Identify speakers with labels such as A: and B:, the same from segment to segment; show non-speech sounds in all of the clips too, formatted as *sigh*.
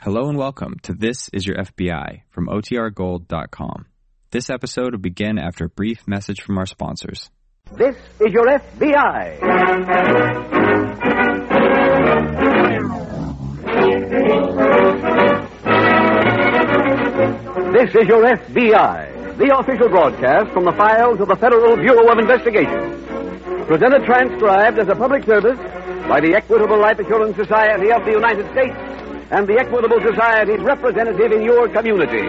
A: Hello and welcome to This Is Your FBI from OTRGold.com. This episode will begin after a brief message from our sponsors.
B: This is your FBI. This is your FBI, the official broadcast from the files of the Federal Bureau of Investigation. Presented transcribed as a public service by the Equitable Life Assurance Society of the United States and the Equitable Society's representative in your community.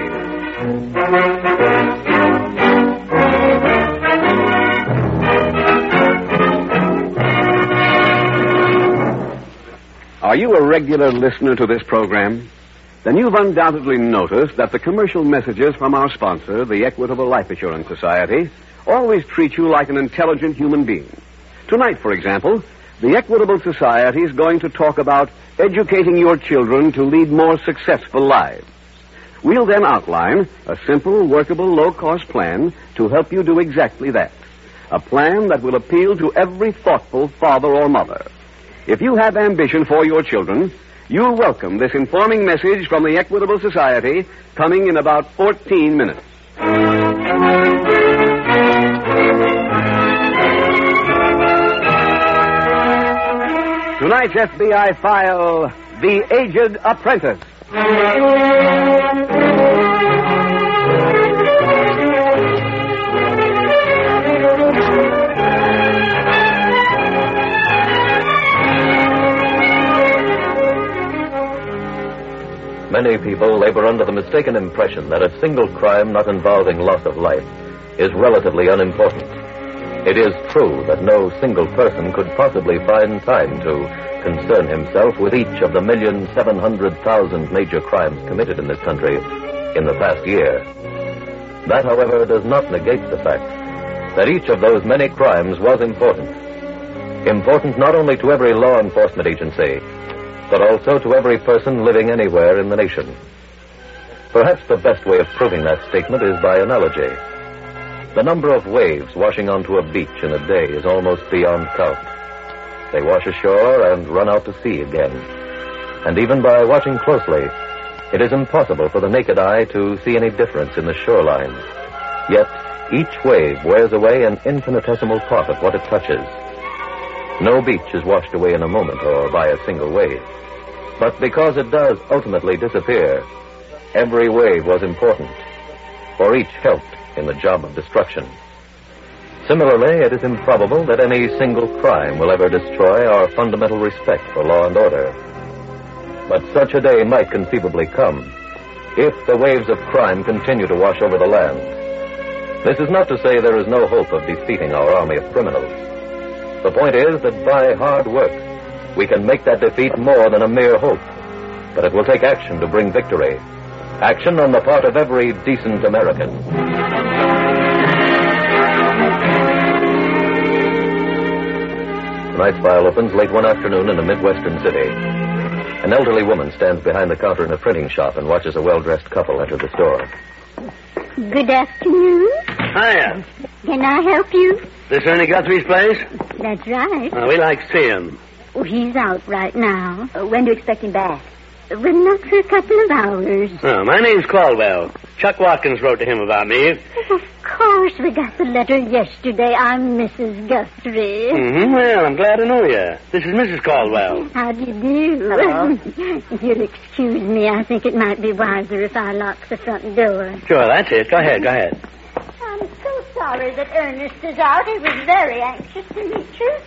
B: Are you a regular listener to this program? Then you've undoubtedly noticed that the commercial messages from our sponsor, the Equitable Life Assurance Society, always treat you like an intelligent human being. Tonight, for example, the Equitable Society is going to talk about educating your children to lead more successful lives. We'll then outline a simple, workable, low cost plan to help you do exactly that. A plan that will appeal to every thoughtful father or mother. If you have ambition for your children, you'll welcome this informing message from the Equitable Society coming in about 14 minutes. Tonight's FBI file The Aged Apprentice.
C: Many people labor under the mistaken impression that a single crime not involving loss of life is relatively unimportant. It is true that no single person could possibly find time to concern himself with each of the million seven hundred thousand major crimes committed in this country in the past year. That, however, does not negate the fact that each of those many crimes was important. Important not only to every law enforcement agency, but also to every person living anywhere in the nation. Perhaps the best way of proving that statement is by analogy. The number of waves washing onto a beach in a day is almost beyond count. They wash ashore and run out to sea again. And even by watching closely, it is impossible for the naked eye to see any difference in the shoreline. Yet, each wave wears away an infinitesimal part of what it touches. No beach is washed away in a moment or by a single wave. But because it does ultimately disappear, every wave was important, for each helped in the job of destruction. Similarly, it is improbable that any single crime will ever destroy our fundamental respect for law and order. But such a day might conceivably come if the waves of crime continue to wash over the land. This is not to say there is no hope of defeating our army of criminals. The point is that by hard work, we can make that defeat more than a mere hope. But it will take action to bring victory. Action on the part of every decent American. Tonight's file opens late one afternoon in a Midwestern city. An elderly woman stands behind the counter in a printing shop and watches a well dressed couple enter the store.
D: Good afternoon.
B: Hiya.
D: Can I help you?
B: This Ernie Guthrie's place? Uh,
D: That's right.
B: we like to see him.
D: Oh, he's out right now. Uh, when do you expect him back? Well, not for a couple of *laughs* hours.
B: Oh, my name's Caldwell. Chuck Watkins wrote to him about me.
D: Of course, we got the letter yesterday. I'm Mrs. Guthrie.
B: Mm-hmm. Well, I'm glad to know you. This is Mrs. Caldwell.
D: How do you do? *laughs* if you'll excuse me, I think it might be wiser if I lock the front door.
B: Sure, that's it. Go ahead, go ahead.
D: I'm so sorry that Ernest is out. He was very anxious to meet you.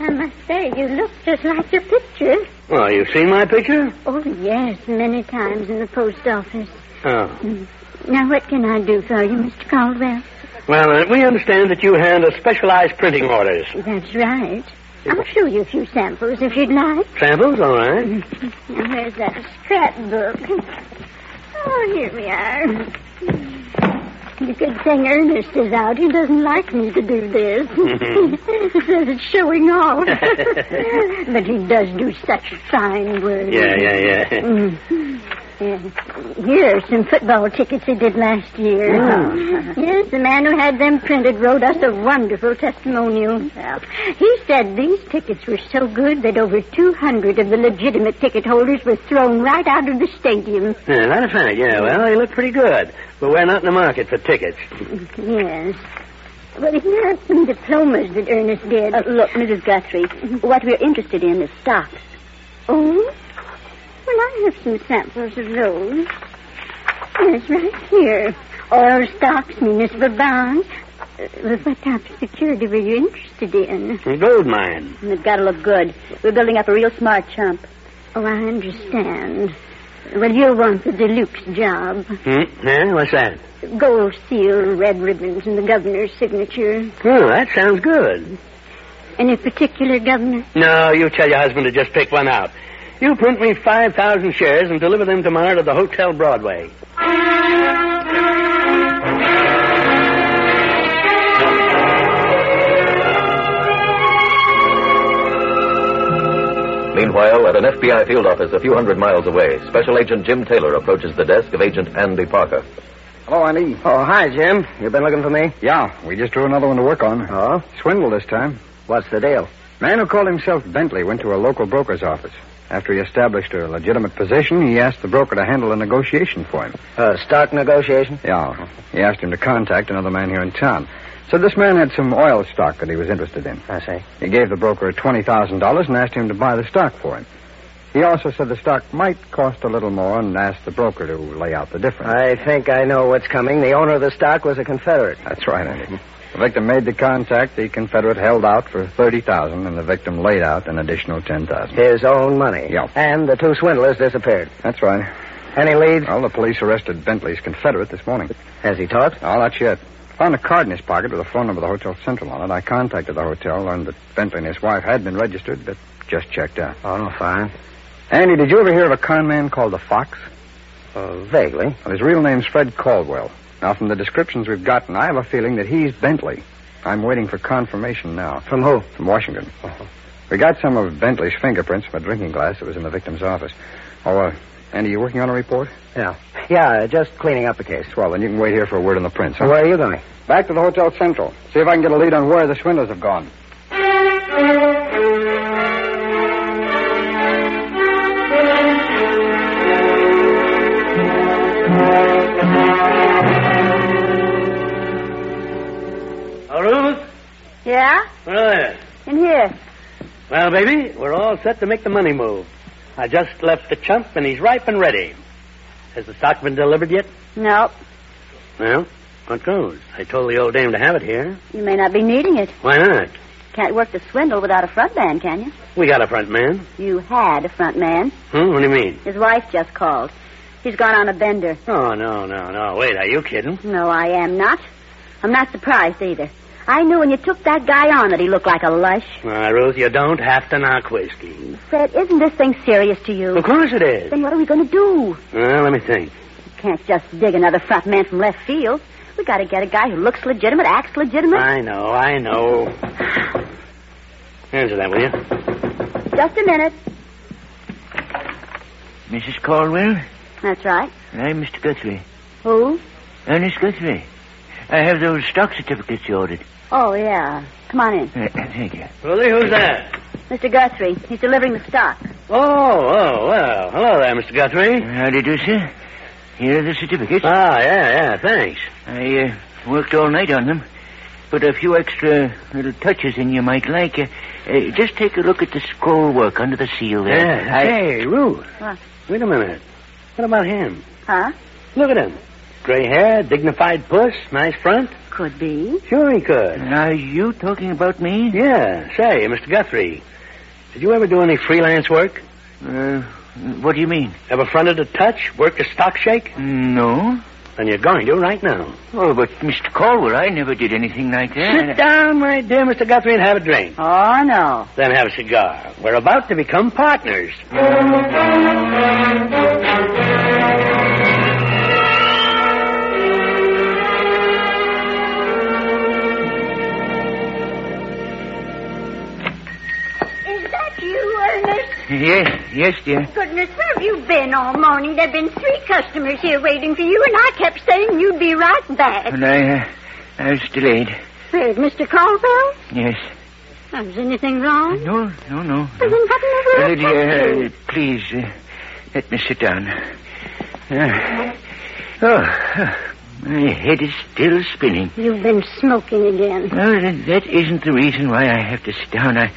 D: I must say, you look just like your picture.
B: Oh, you've seen my picture?
D: Oh, yes, many times in the post office.
B: Oh.
D: Now, what can I do for you, Mr. Caldwell?
B: Well, uh, we understand that you handle specialized printing orders.
D: That's right. I'll show you a few samples if you'd like.
B: Samples, all right.
D: Now, where's that scrapbook? Oh, here we are. The good thing Ernest is out. He doesn't like me to do this. he says *laughs* it's showing off. but he does do such fine work. *laughs*
B: Yeah, yeah, yeah.
D: Mm. Here are some football tickets he did last year. Yes, the man who had them printed wrote us a wonderful testimonial. He said these tickets were so good that over 200 of the legitimate ticket holders were thrown right out of the stadium.
B: *laughs* Yeah, matter of fact, yeah, well, they look pretty good. But we're not in the market for tickets.
D: Yes. But here are some diplomas that Ernest did. Mm-hmm.
E: Uh, look, Mrs. Guthrie, what we're interested in is stocks.
D: Oh? Well, I have some samples of those. Yes, right here. Oil stocks, municipal bonds. Uh, What type of security were you interested in?
B: A gold mine.
E: And They've got to look good. We're building up a real smart chump.
D: Oh, I understand. Well, you'll want the deluxe job.
B: Hmm? Yeah, what's that?
D: Gold seal, red ribbons, and the governor's signature.
B: Oh, that sounds good.
D: Any particular governor?
B: No, you tell your husband to just pick one out. You print me 5,000 shares and deliver them tomorrow to the Hotel Broadway.
C: Meanwhile, at an FBI field office a few hundred miles away, Special Agent Jim Taylor approaches the desk of Agent Andy Parker.
F: Hello, Andy.
B: Oh, hi, Jim. You've been looking for me?
F: Yeah, we just drew another one to work on.
B: Oh?
F: Swindle this time.
B: What's the deal?
F: Man who called himself Bentley went to a local broker's office. After he established a legitimate position, he asked the broker to handle a negotiation for him.
B: Uh, stock negotiation?
F: Yeah. He asked him to contact another man here in town. So this man had some oil stock that he was interested in.
B: I see.
F: He gave the broker $20,000 and asked him to buy the stock for him. He also said the stock might cost a little more and asked the broker to lay out the difference.
B: I think I know what's coming. The owner of the stock was a Confederate.
F: That's right, Andy. The victim made the contact. The Confederate held out for 30000 and the victim laid out an additional 10000
B: His own money.
F: Yeah.
B: And the two swindlers disappeared.
F: That's right.
B: Any leads?
F: Well, the police arrested Bentley's Confederate this morning.
B: Has he talked?
F: Oh, not yet. Found a card in his pocket with a phone number of the Hotel Central on it. I contacted the hotel, learned that Bentley and his wife had been registered, but just checked out.
B: Oh, fine.
F: Andy, did you ever hear of a con man called the Fox?
B: Uh, vaguely.
F: Well, his real name's Fred Caldwell. Now, from the descriptions we've gotten, I have a feeling that he's Bentley. I'm waiting for confirmation now.
B: From who?
F: From Washington. We got some of Bentley's fingerprints from a drinking glass that was in the victim's office. Oh, uh, Andy, you working on a report?
B: Yeah. Yeah, just cleaning up a case.
F: Well, then you can wait here for a word on the prints, huh?
B: Where are you going?
F: Back to the Hotel Central. See if I can get a lead on where the swindlers have gone.
B: Oh, Ruth?
E: Yeah?
B: Where are you?
E: In here.
B: Well, baby, we're all set to make the money move. I just left the chump, and he's ripe and ready. Has the stock been delivered yet?
E: No,
B: Well, what goes? I told the old dame to have it here.
E: you may not be needing it.
B: Why not?
E: Can't work the swindle without a front man, can you?
B: We got a front man.
E: You had a front man.
B: Hmm? What do you mean?
E: His wife just called. He's gone on a bender.
B: Oh, no, no, no. Wait, are you kidding?
E: No, I am not. I'm not surprised either. I knew when you took that guy on that he looked like a lush.
B: Uh, Ruth, you don't have to knock whiskey.
E: Fred, isn't this thing serious to you?
B: Of course it is.
E: Then what are we going to do?
B: Well, let me think.
E: Can't just dig another front man from left field. We got to get a guy who looks legitimate, acts legitimate.
B: I know, I know. Answer that, will you?
E: Just a minute.
G: Mrs. Caldwell?
E: That's right.
G: I'm Mr. Guthrie.
E: Who?
G: Ernest Guthrie. I have those stock certificates you ordered.
E: Oh, yeah. Come on in.
G: Uh, thank you.
B: Ruthie, who's that?
E: Mr. Guthrie, he's delivering the stock.
B: Oh, oh, well. Hello there, Mr. Guthrie.
G: How do you do, sir? Here are the certificates.
B: Ah, yeah, yeah, thanks.
G: I uh, worked all night on them. Put a few extra little touches in you might like. Uh, uh, just take a look at the scroll work under the seal there.
B: Yeah.
G: I-
B: Hey, Ruth.
E: What?
B: Wait a minute. What about him?
E: Huh?
B: Look at him. Gray hair, dignified puss, nice front.
E: Could be.
B: Sure he could.
G: Are you talking about me?
B: Yeah. Say, Mr. Guthrie, did you ever do any freelance work?
G: Uh, what do you mean?
B: Ever fronted a touch, worked a stock shake?
G: No.
B: And you're going to right now.
G: Oh, but Mr. Caldwell, I never did anything like that.
B: Sit down, my dear Mr. Guthrie, and have a drink.
E: Oh, no.
B: Then have a cigar. We're about to become partners.
D: Is that you, Ernest?
G: Yes, yes, dear.
D: Goodness, where have you been all morning? There've been three customers here waiting for you, and I kept saying you'd be right back.
G: And I, uh, I was delayed.
D: Where's Mr. Caldwell?
G: Yes.
D: Is anything wrong?
G: No, no, no.
D: Then what in the world happened?
G: Lydia, uh, please, uh, let me sit down. Uh, oh, huh, my head is still spinning.
D: You've been smoking again.
G: No, that that isn't the reason why I have to sit down. I,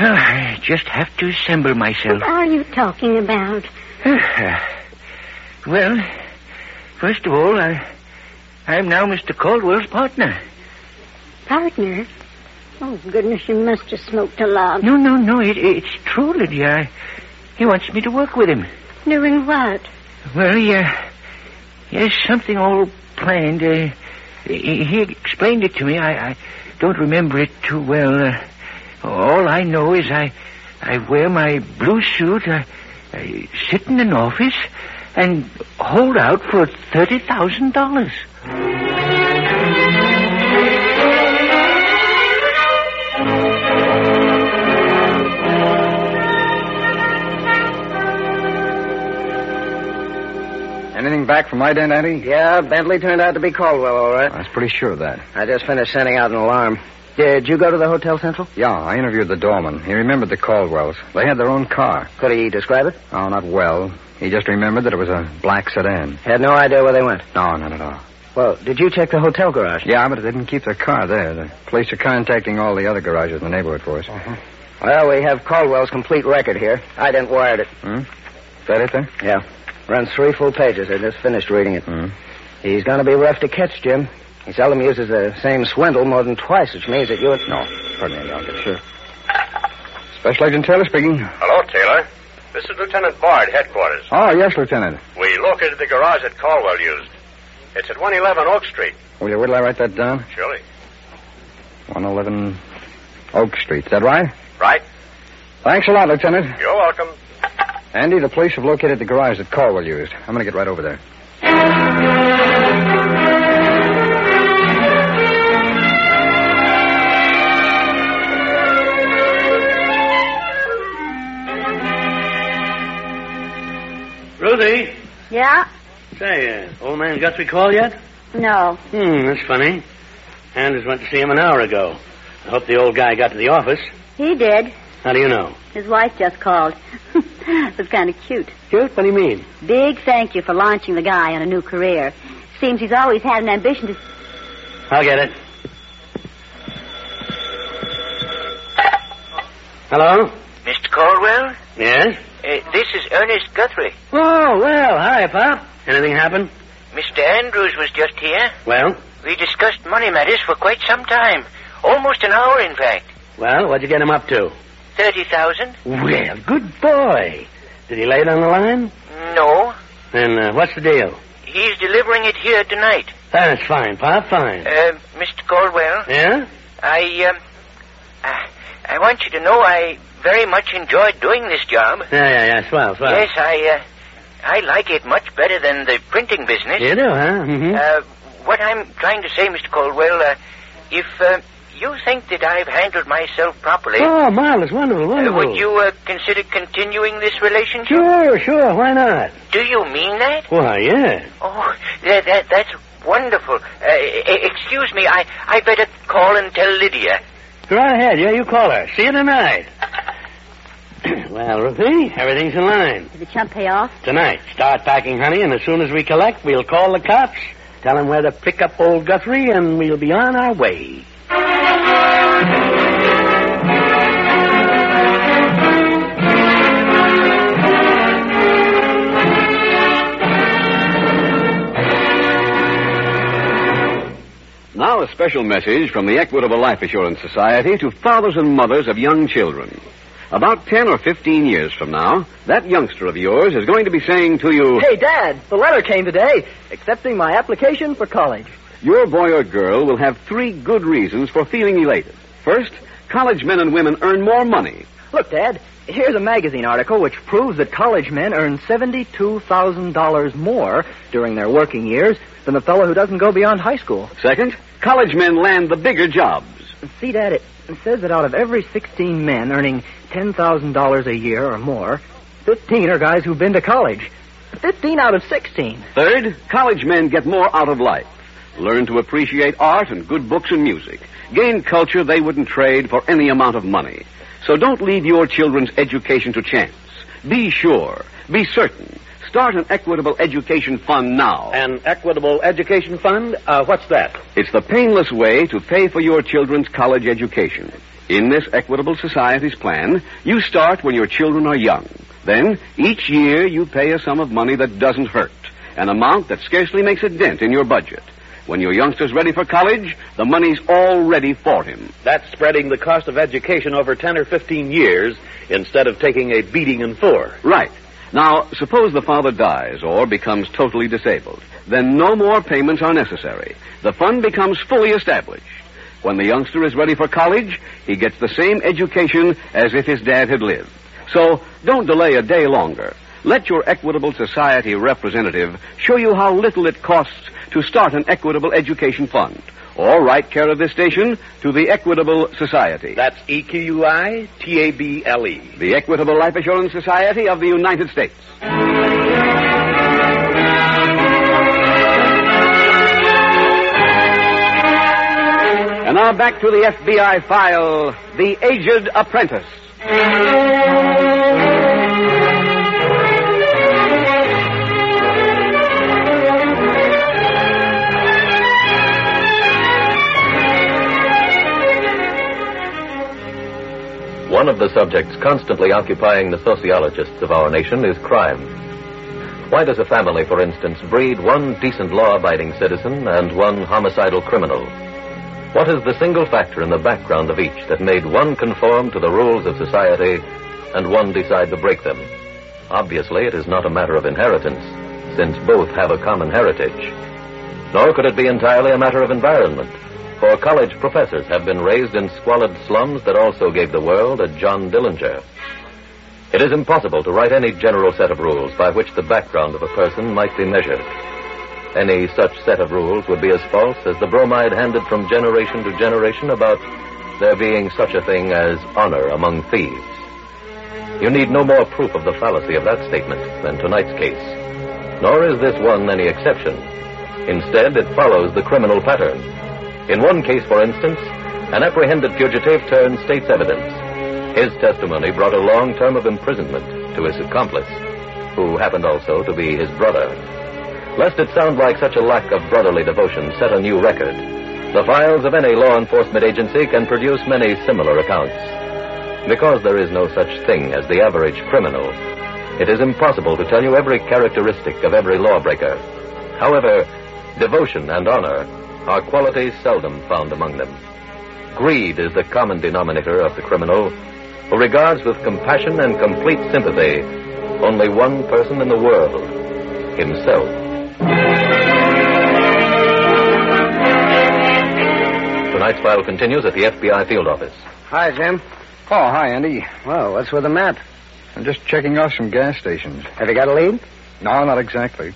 G: oh, I just have to assemble myself. Uh,
D: What are you talking about?
G: well, first of all, I, I'm now Mr. Caldwell's partner.
D: Partner? Oh, goodness, you must have smoked a lot.
G: No, no, no, it, it's true, Lydia. I, he wants me to work with him.
D: Doing what?
G: Well, yeah. Yes, something all planned. Uh, he he explained it to me. I, I don't remember it too well. Uh, all I know is I I wear my blue suit, I, I sit in an office, and hold out for $30,000.
H: Anything back from my dent, Andy?
I: Yeah, Bentley turned out to be Caldwell, all right.
H: I was pretty sure of that.
I: I just finished sending out an alarm. Did you go to the Hotel Central?
H: Yeah, I interviewed the doorman. He remembered the Caldwells. They had their own car.
I: Could he describe it?
H: Oh, not well. He just remembered that it was a black sedan.
I: Had no idea where they went.
H: No, not at all.
I: Well, did you check the hotel garage?
H: Yeah, but it didn't keep their car there. The police are contacting all the other garages in the neighborhood for us.
I: Uh-huh. Well, we have Caldwell's complete record here. I didn't wire it.
H: Hmm? Is that it, then?
I: Yeah. Runs three full pages. I just finished reading it.
H: Hmm.
I: He's going to be rough to catch, Jim. He seldom uses the same swindle more than twice, which means that you're.
H: No. Pardon me, I'll get sure. Special Agent Taylor speaking.
J: Hello, Taylor. This is Lieutenant Bard, headquarters.
I: Ah,
H: Oh, yes, Lieutenant.
J: We located the garage that Caldwell used. It's at 111 Oak Street.
H: Will you whittle I write that down?
J: Surely.
H: 111 Oak Street. Is that right?
J: Right?
H: Thanks a lot, Lieutenant.
J: You're welcome.
H: Andy, the police have located the garage that Caldwell used. I'm going to get right over there.
K: Ruthie?
L: Yeah?
K: Say, uh, old man Guthrie call yet?
L: No.
K: Hmm, that's funny. Anders went to see him an hour ago. I hope the old guy got to the office.
L: He did.
K: How do you know?
L: His wife just called. *laughs* it was kind of cute.
K: Cute? What do you mean?
L: Big thank you for launching the guy on a new career. Seems he's always had an ambition to.
K: I'll get it. Hello?
G: Mr. Caldwell?
K: Yes?
G: Uh, this is Ernest Guthrie.
K: Oh, well, hi, Pop. Anything happen?
G: Mr. Andrews was just here.
K: Well?
G: We discussed money matters for quite some time. Almost an hour, in fact.
K: Well, what'd you get him up to?
G: 30,000?
K: Well, good boy. Did he lay it on the line?
G: No.
K: Then uh, what's the deal?
G: He's delivering it here tonight.
K: That's fine, Pop, fine.
G: Uh, Mr. Caldwell,
K: yeah?
G: I, um, I, I want you to know I very much enjoyed doing this job.
K: Yeah, yeah, yeah, swell, swell.
G: Yes, I, uh, I like it much better than the printing business.
K: You do, huh? Mm-hmm.
G: Uh, what I'm trying to say, Mr. Caldwell, uh, if uh, you think that I've handled myself properly,
K: oh, marvelous, wonderful,
G: uh,
K: wonderful.
G: would you uh, consider continuing this relationship?
K: Sure, sure, why not?
G: Do you mean that?
K: Why, yeah.
G: Oh, that, that that's wonderful. Uh, e- excuse me, I I better call and tell Lydia.
K: Go right ahead, yeah, you call her. See you tonight. *clears throat* well, Ruthie, everything's in line.
L: Did the chump pay off?
K: Tonight, start packing, honey, and as soon as we collect, we'll call the cops, tell them where to pick up old Guthrie, and we'll be on our way.
B: Now, a special message from the Equitable Life Assurance Society to fathers and mothers of young children. About 10 or 15 years from now, that youngster of yours is going to be saying to you,
M: Hey, Dad, the letter came today accepting my application for college.
B: Your boy or girl will have three good reasons for feeling elated. First, college men and women earn more money.
M: Look, Dad, here's a magazine article which proves that college men earn $72,000 more during their working years than the fellow who doesn't go beyond high school.
B: Second, college men land the bigger jobs.
M: See, Dad, it says that out of every 16 men earning $10,000 a year or more, Fifteen are guys who've been to college. Fifteen out of sixteen.
B: Third, college men get more out of life. Learn to appreciate art and good books and music. Gain culture they wouldn't trade for any amount of money. So don't leave your children's education to chance. Be sure. Be certain. Start an equitable education fund now.
J: An equitable education fund? Uh, what's that?
B: It's the painless way to pay for your children's college education. In this Equitable Society's plan, you start when your children are young. Then, each year, you pay a sum of money that doesn't hurt, an amount that scarcely makes a dent in your budget. When your youngster's ready for college, the money's all ready for him.
J: That's spreading the cost of education over 10 or 15 years instead of taking a beating in four.
B: Right. Now, suppose the father dies or becomes totally disabled. Then no more payments are necessary. The fund becomes fully established. When the youngster is ready for college, he gets the same education as if his dad had lived. So don't delay a day longer. Let your Equitable Society representative show you how little it costs to start an Equitable Education Fund. Or write care of this station to the Equitable Society.
J: That's E Q U I T A B L E.
B: The Equitable Life Assurance Society of the United States. And now back to the FBI file The Aged Apprentice.
C: One of the subjects constantly occupying the sociologists of our nation is crime. Why does a family, for instance, breed one decent law abiding citizen and one homicidal criminal? What is the single factor in the background of each that made one conform to the rules of society and one decide to break them? Obviously, it is not a matter of inheritance, since both have a common heritage. Nor could it be entirely a matter of environment, for college professors have been raised in squalid slums that also gave the world a John Dillinger. It is impossible to write any general set of rules by which the background of a person might be measured. Any such set of rules would be as false as the bromide handed from generation to generation about there being such a thing as honor among thieves. You need no more proof of the fallacy of that statement than tonight's case. Nor is this one any exception. Instead, it follows the criminal pattern. In one case, for instance, an apprehended fugitive turned state's evidence. His testimony brought a long term of imprisonment to his accomplice, who happened also to be his brother. Lest it sound like such a lack of brotherly devotion set a new record, the files of any law enforcement agency can produce many similar accounts. Because there is no such thing as the average criminal, it is impossible to tell you every characteristic of every lawbreaker. However, devotion and honor are qualities seldom found among them. Greed is the common denominator of the criminal, who regards with compassion and complete sympathy only one person in the world himself. Tonight's file continues at the FBI field office.
I: Hi, Jim.
H: Oh, hi, Andy.
I: Well, what's with the map?
H: I'm just checking off some gas stations.
I: Have you got a lead?
H: No, not exactly.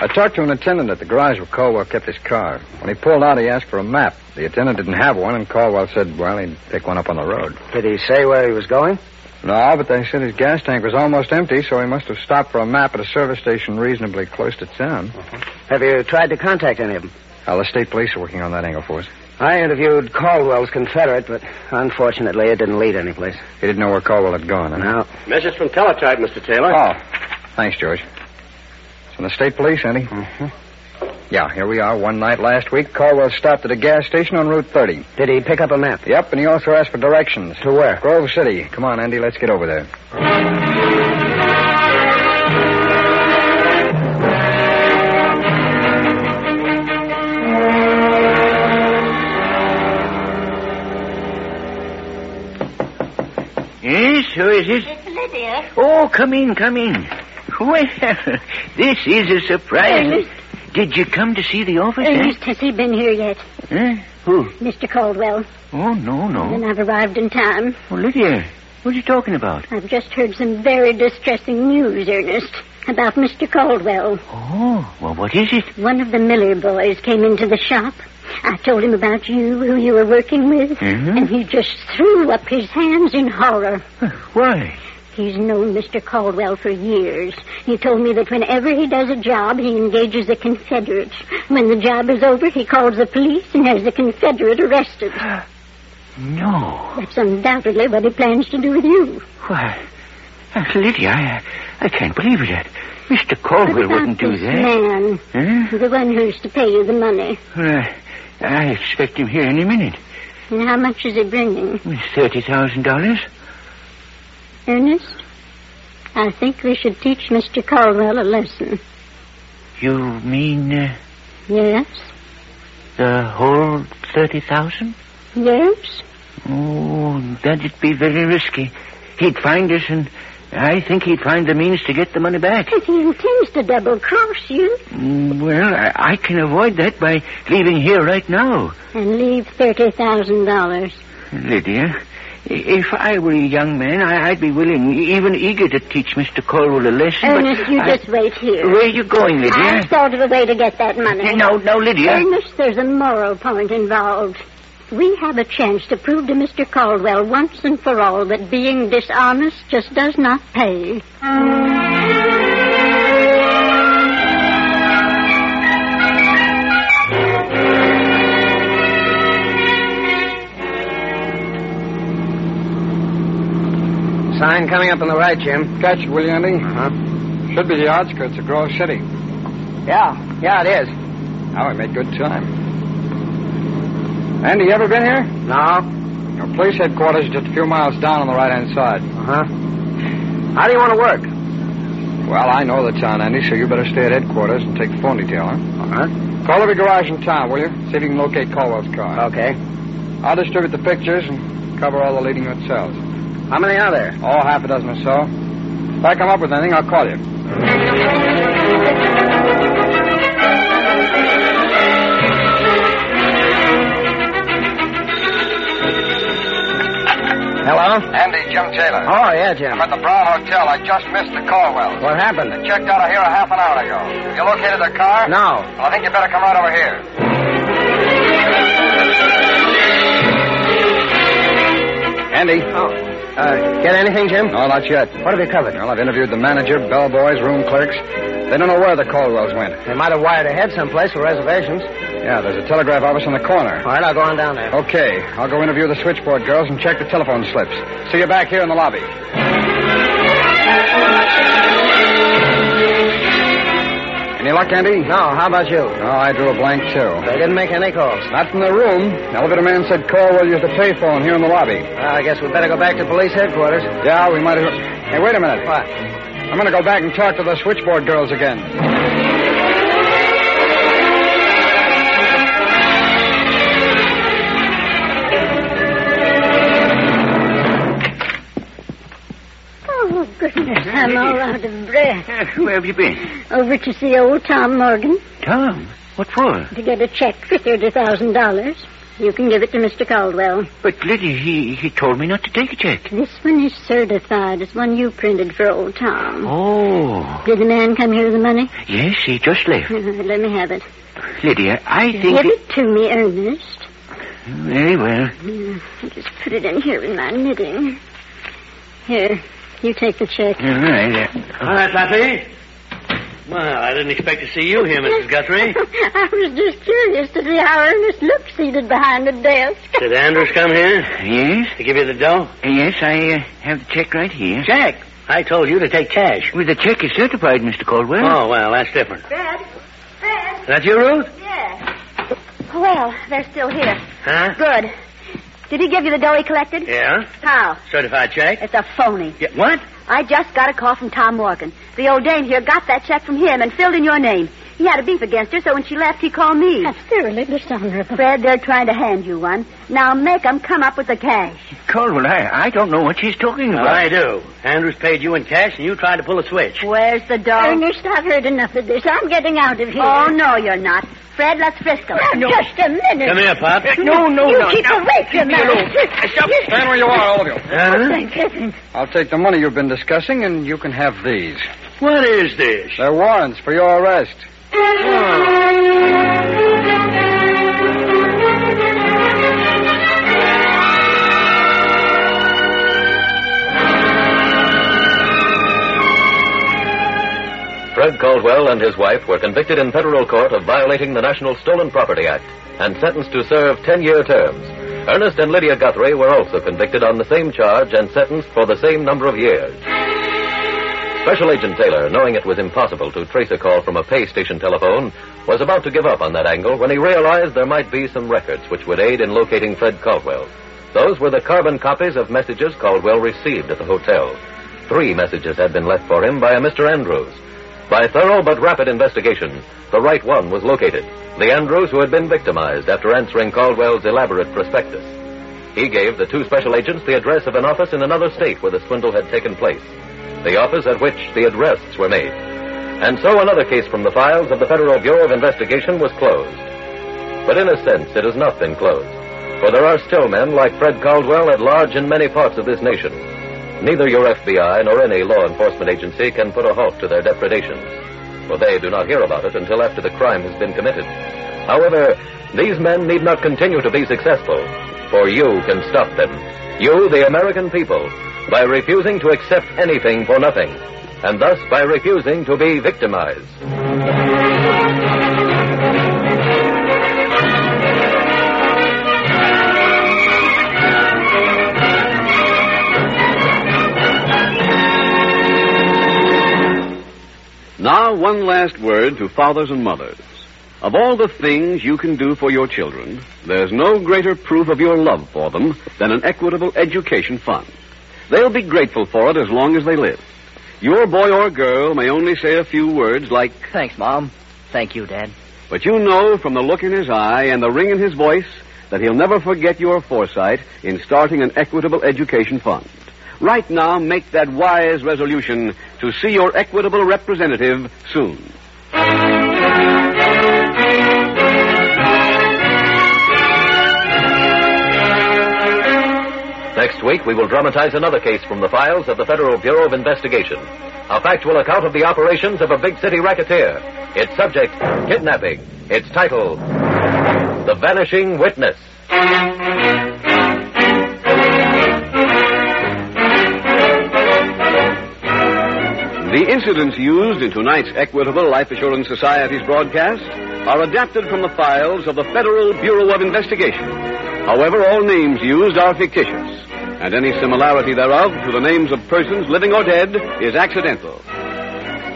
H: I talked to an attendant at the garage where Caldwell kept his car. When he pulled out, he asked for a map. The attendant didn't have one, and Caldwell said, well, he'd pick one up on the road.
I: Did he say where he was going?
H: No, but they said his gas tank was almost empty, so he must have stopped for a map at a service station reasonably close to town.
I: Uh-huh. Have you tried to contact any of them?
H: Well, the state police are working on that angle for us.
I: I interviewed Caldwell's Confederate, but unfortunately it didn't lead anyplace.
H: He didn't know where Caldwell had gone, huh?
I: No.
J: Message from Teletype, Mr. Taylor.
H: Oh, thanks, George. It's from the state police, Andy.
I: Mm-hmm.
H: Yeah, here we are. One night last week, Caldwell stopped at a gas station on Route 30.
I: Did he pick up a map?
H: Yep, and he also asked for directions.
I: To where?
H: Grove City. Come on, Andy, let's get over there.
G: Yes, who is it?
D: It's Lydia.
G: Oh, come in, come in. Well, *laughs* this is a surprise. Did you come to see the office?
D: Ernest, has he been here yet?
G: Huh? Who?
D: Mr. Caldwell.
G: Oh, no, no.
D: Then I've arrived in time.
G: Oh, Lydia, what are you talking about?
D: I've just heard some very distressing news, Ernest, about Mr. Caldwell.
G: Oh, well, what is it?
D: One of the Miller boys came into the shop. I told him about you, who you were working with,
G: Mhm.
D: and he just threw up his hands in horror.
G: Why?
D: He's known Mr. Caldwell for years. He told me that whenever he does a job, he engages the Confederates. When the job is over, he calls the police and has the Confederate arrested.
G: No.
D: That's undoubtedly what he plans to do with you.
G: Why, uh, Lydia, I, I can't believe it. Mr. Caldwell wouldn't do
D: This
G: that.
D: man,
G: Huh?
D: the one who's to pay you the money.
G: Well, I expect him here any minute.
D: And how much is he bringing?
G: Thirty thousand dollars?
D: Ernest, I think we should teach Mr. Caldwell a lesson.
G: You mean uh,
D: Yes?
G: the whole thirty thousand?
D: Yes?
G: Oh, that'd be very risky. He'd find us, and I think he'd find the means to get the money back.
D: If he intends to double cross you
G: Mm, Well, I, I can avoid that by leaving here right now.
D: and leave $30,000.
G: Lydia, i- if I were a young man, I, I'd be willing, e- even eager to teach Mr. Colwell a lesson. but
D: Ernest, you
G: I-
D: just wait here.
G: Where are you going, Lydia?
D: I've thought of a way to get that money.
G: No, no, Lydia.
D: Ernest, there's a moral point involved. We have a chance to prove to Mr. Caldwell once and for all that being dishonest just does not pay.
I: Sign coming up on the right, Jim.
H: Catch it, will you, Andy? Uh-huh. Should be the outskirts of Grove City.
I: Yeah, yeah, it is.
H: Now we made good time. Andy, you ever been here? No. Your police headquarters is just a few miles down on the right-hand side. Uh-huh. How do you want to work? Well, I know the town, Andy, so you better stay at headquarters and take the ponytail, huh? Uh-huh. Call every garage in town, will you? See if you can locate Caldwell's car. Okay. I'll distribute the pictures and cover all the leading hotels. How many are there? Oh, half a dozen or so. If I come up with anything, I'll call you.
I: Hello?
H: Andy, Jim Taylor.
I: Oh, yeah,
G: eh,
I: Jim.
H: I'm at the Brown Hotel. I just missed the Caldwell.
I: What happened?
H: They checked out of here a half an hour ago. You located their car?
I: No.
H: Well, I think you better come right over here. Andy. Oh. Uh, get anything, Jim? No, not yet. What have you covered? Well, I've interviewed the manager, bellboys, room clerks. They don't know where the Caldwells went.
I: They might have wired ahead someplace for reservations.
H: Yeah, there's a telegraph office on the corner.
I: All right, I'll go on down there.
H: Okay, I'll go interview the switchboard girls and check the telephone slips. See you back here in the lobby. Any luck, Andy? No, how about you? Oh, I drew a blank, too.
I: They didn't make any calls.
H: Not from the room. Elevator man said Caldwell used a payphone here in the lobby.
I: Well, I guess we'd better go back to police headquarters.
H: Yeah, we might have... Hey, wait a minute.
I: What?
H: I'm going to go back and talk to the switchboard girls again.
D: Oh, goodness, I'm all out of breath.
G: Where have you been?
D: Over to see old Tom Morgan
G: Tom, what for?
D: to get a check for $30,000. You can give it to Mr. Caldwell.
G: But Lydia, he, he told me not to take a check.
D: This one is certified. It's one you printed for old Tom.
G: Oh,
D: Did the man come here with the money? *laughs*
G: yes, he just left.
D: Let me have it.
G: Lydia, I think...
D: Give it to me, Ernest.
G: Very well.
D: Mm, I just put it in here with my knitting. Here, you take the check.
G: All right. uh,
K: All right, Lappy. Well, I didn't expect to see you here, Mrs.
H: *laughs*
K: Guthrie.
D: *laughs* I was just curious to see how Ernest looked seated behind the desk.
K: Did Andrews come here
G: Yes?
K: to give you the dough?
G: Yes, I uh, have the check right here.
K: Check. I told you to take cash.
G: Well, the check is certified, Mr. Caldwell.
K: Oh, well, that's different.
L: Fred? Fred?
K: That you, Ruth?
L: Yes. Well, they're still here.
K: Huh?
L: Good. Did he give you the dough he collected?
K: Yeah.
L: How?
K: Certified check.
L: It's a phony.
K: Yeah, what?
L: I just got a call from Tom Morgan. The old dame here got that check from him and filled in your name. He had a beef against her, so when she left, he called me.
D: That's thoroughly dishonorable.
L: Fred, they're trying to hand you one. Now make 'em come up with the cash.
G: Caldwell, I, I don't know what she's talking
K: Well,
G: about.
K: I do. Andrews paid you in cash, and you tried to pull a switch.
L: Where's the dough?
D: Ernest, I've heard enough of this. I'm getting out of here.
L: Oh, no, you're not. Fred, let's frisk 'em.
D: Now, just a minute.
K: Come here, Pop.
G: No, no,
D: you
G: no.
D: keep
G: no.
D: awake, you
G: Leave me
D: man.
G: alone. Stop.
H: Stand where you are, all of you.
K: Huh?
D: Thank heaven.
H: I'll take the money you've been discussing, and you can have these.
K: What is this?
H: They're warrants for your arrest.
C: Fred Caldwell and his wife were convicted in federal court of violating the National Stolen Property Act and sentenced to serve 10 year terms. Ernest and Lydia Guthrie were also convicted on the same charge and sentenced for the same number of years. Special Agent Taylor, knowing it was impossible to trace a call from a pay station telephone, was about to give up on that angle when he realized there might be some records which would aid in locating Fred Caldwell. Those were the carbon copies of messages Caldwell received at the hotel. Three messages had been left for him by a Mr. Andrews. By thorough but rapid investigation, the right one was located. The Andrews who had been victimized after answering Caldwell's elaborate prospectus. He gave the two special agents the address of an office in another state where the swindle had taken place, the office at which the arrests were made. And so another case from the files of the Federal Bureau of Investigation was closed. But in a sense, it has not been closed, for there are still men like Fred Caldwell at large in many parts of this nation. Neither your FBI nor any law enforcement agency can put a halt to their depredations, for they do not hear about it until after the crime has been committed. However, these men need not continue to be successful, for you can stop them. You, the American people, by refusing to accept anything for nothing, and thus by refusing to be victimized.
B: Now, one last word to fathers and mothers. Of all the things you can do for your children, there's no greater proof of your love for them than an equitable education fund. They'll be grateful for it as long as they live. Your boy or girl may only say a few words like,
M: Thanks, Mom. Thank you, Dad.
B: but you know from the look in his eye and the ring in his voice that he'll never forget your foresight in starting an equitable education fund. Right now, make that wise resolution to see your equitable representative soon.
C: Next week, we will dramatize another case from the files of the Federal Bureau of Investigation. A factual account of the operations of a big city racketeer. Its subject, kidnapping. Its title, The Vanishing Witness.
B: The incidents used in tonight's Equitable Life Assurance Society's broadcast are adapted from the files of the Federal Bureau of Investigation. However, all names used are fictitious, and any similarity thereof to the names of persons living or dead is accidental.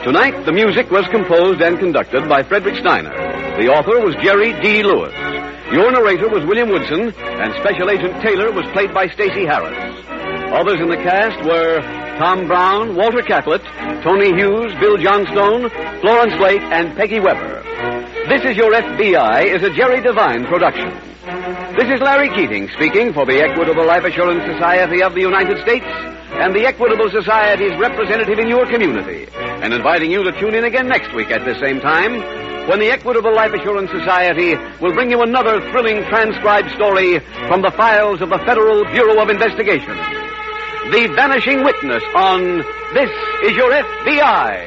B: Tonight, the music was composed and conducted by Frederick Steiner. The author was Jerry D. Lewis. Your narrator was William Woodson, and Special Agent Taylor was played by Stacey Harris. Others in the cast were Tom Brown, Walter Catlett, Tony Hughes, Bill Johnstone, Florence Blake, and Peggy Weber. This is Your FBI is a Jerry Devine production. This is Larry Keating speaking for the Equitable Life Assurance Society of the United States and the Equitable Society's representative in your community, and inviting you to tune in again next week at this same time when the Equitable Life Assurance Society will bring you another thrilling transcribed story from the files of the Federal Bureau of Investigation. The Vanishing Witness on This Is Your FBI.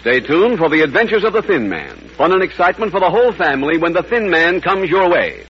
B: Stay tuned for the adventures of the Thin Man. Fun and excitement for the whole family when the Thin Man comes your way.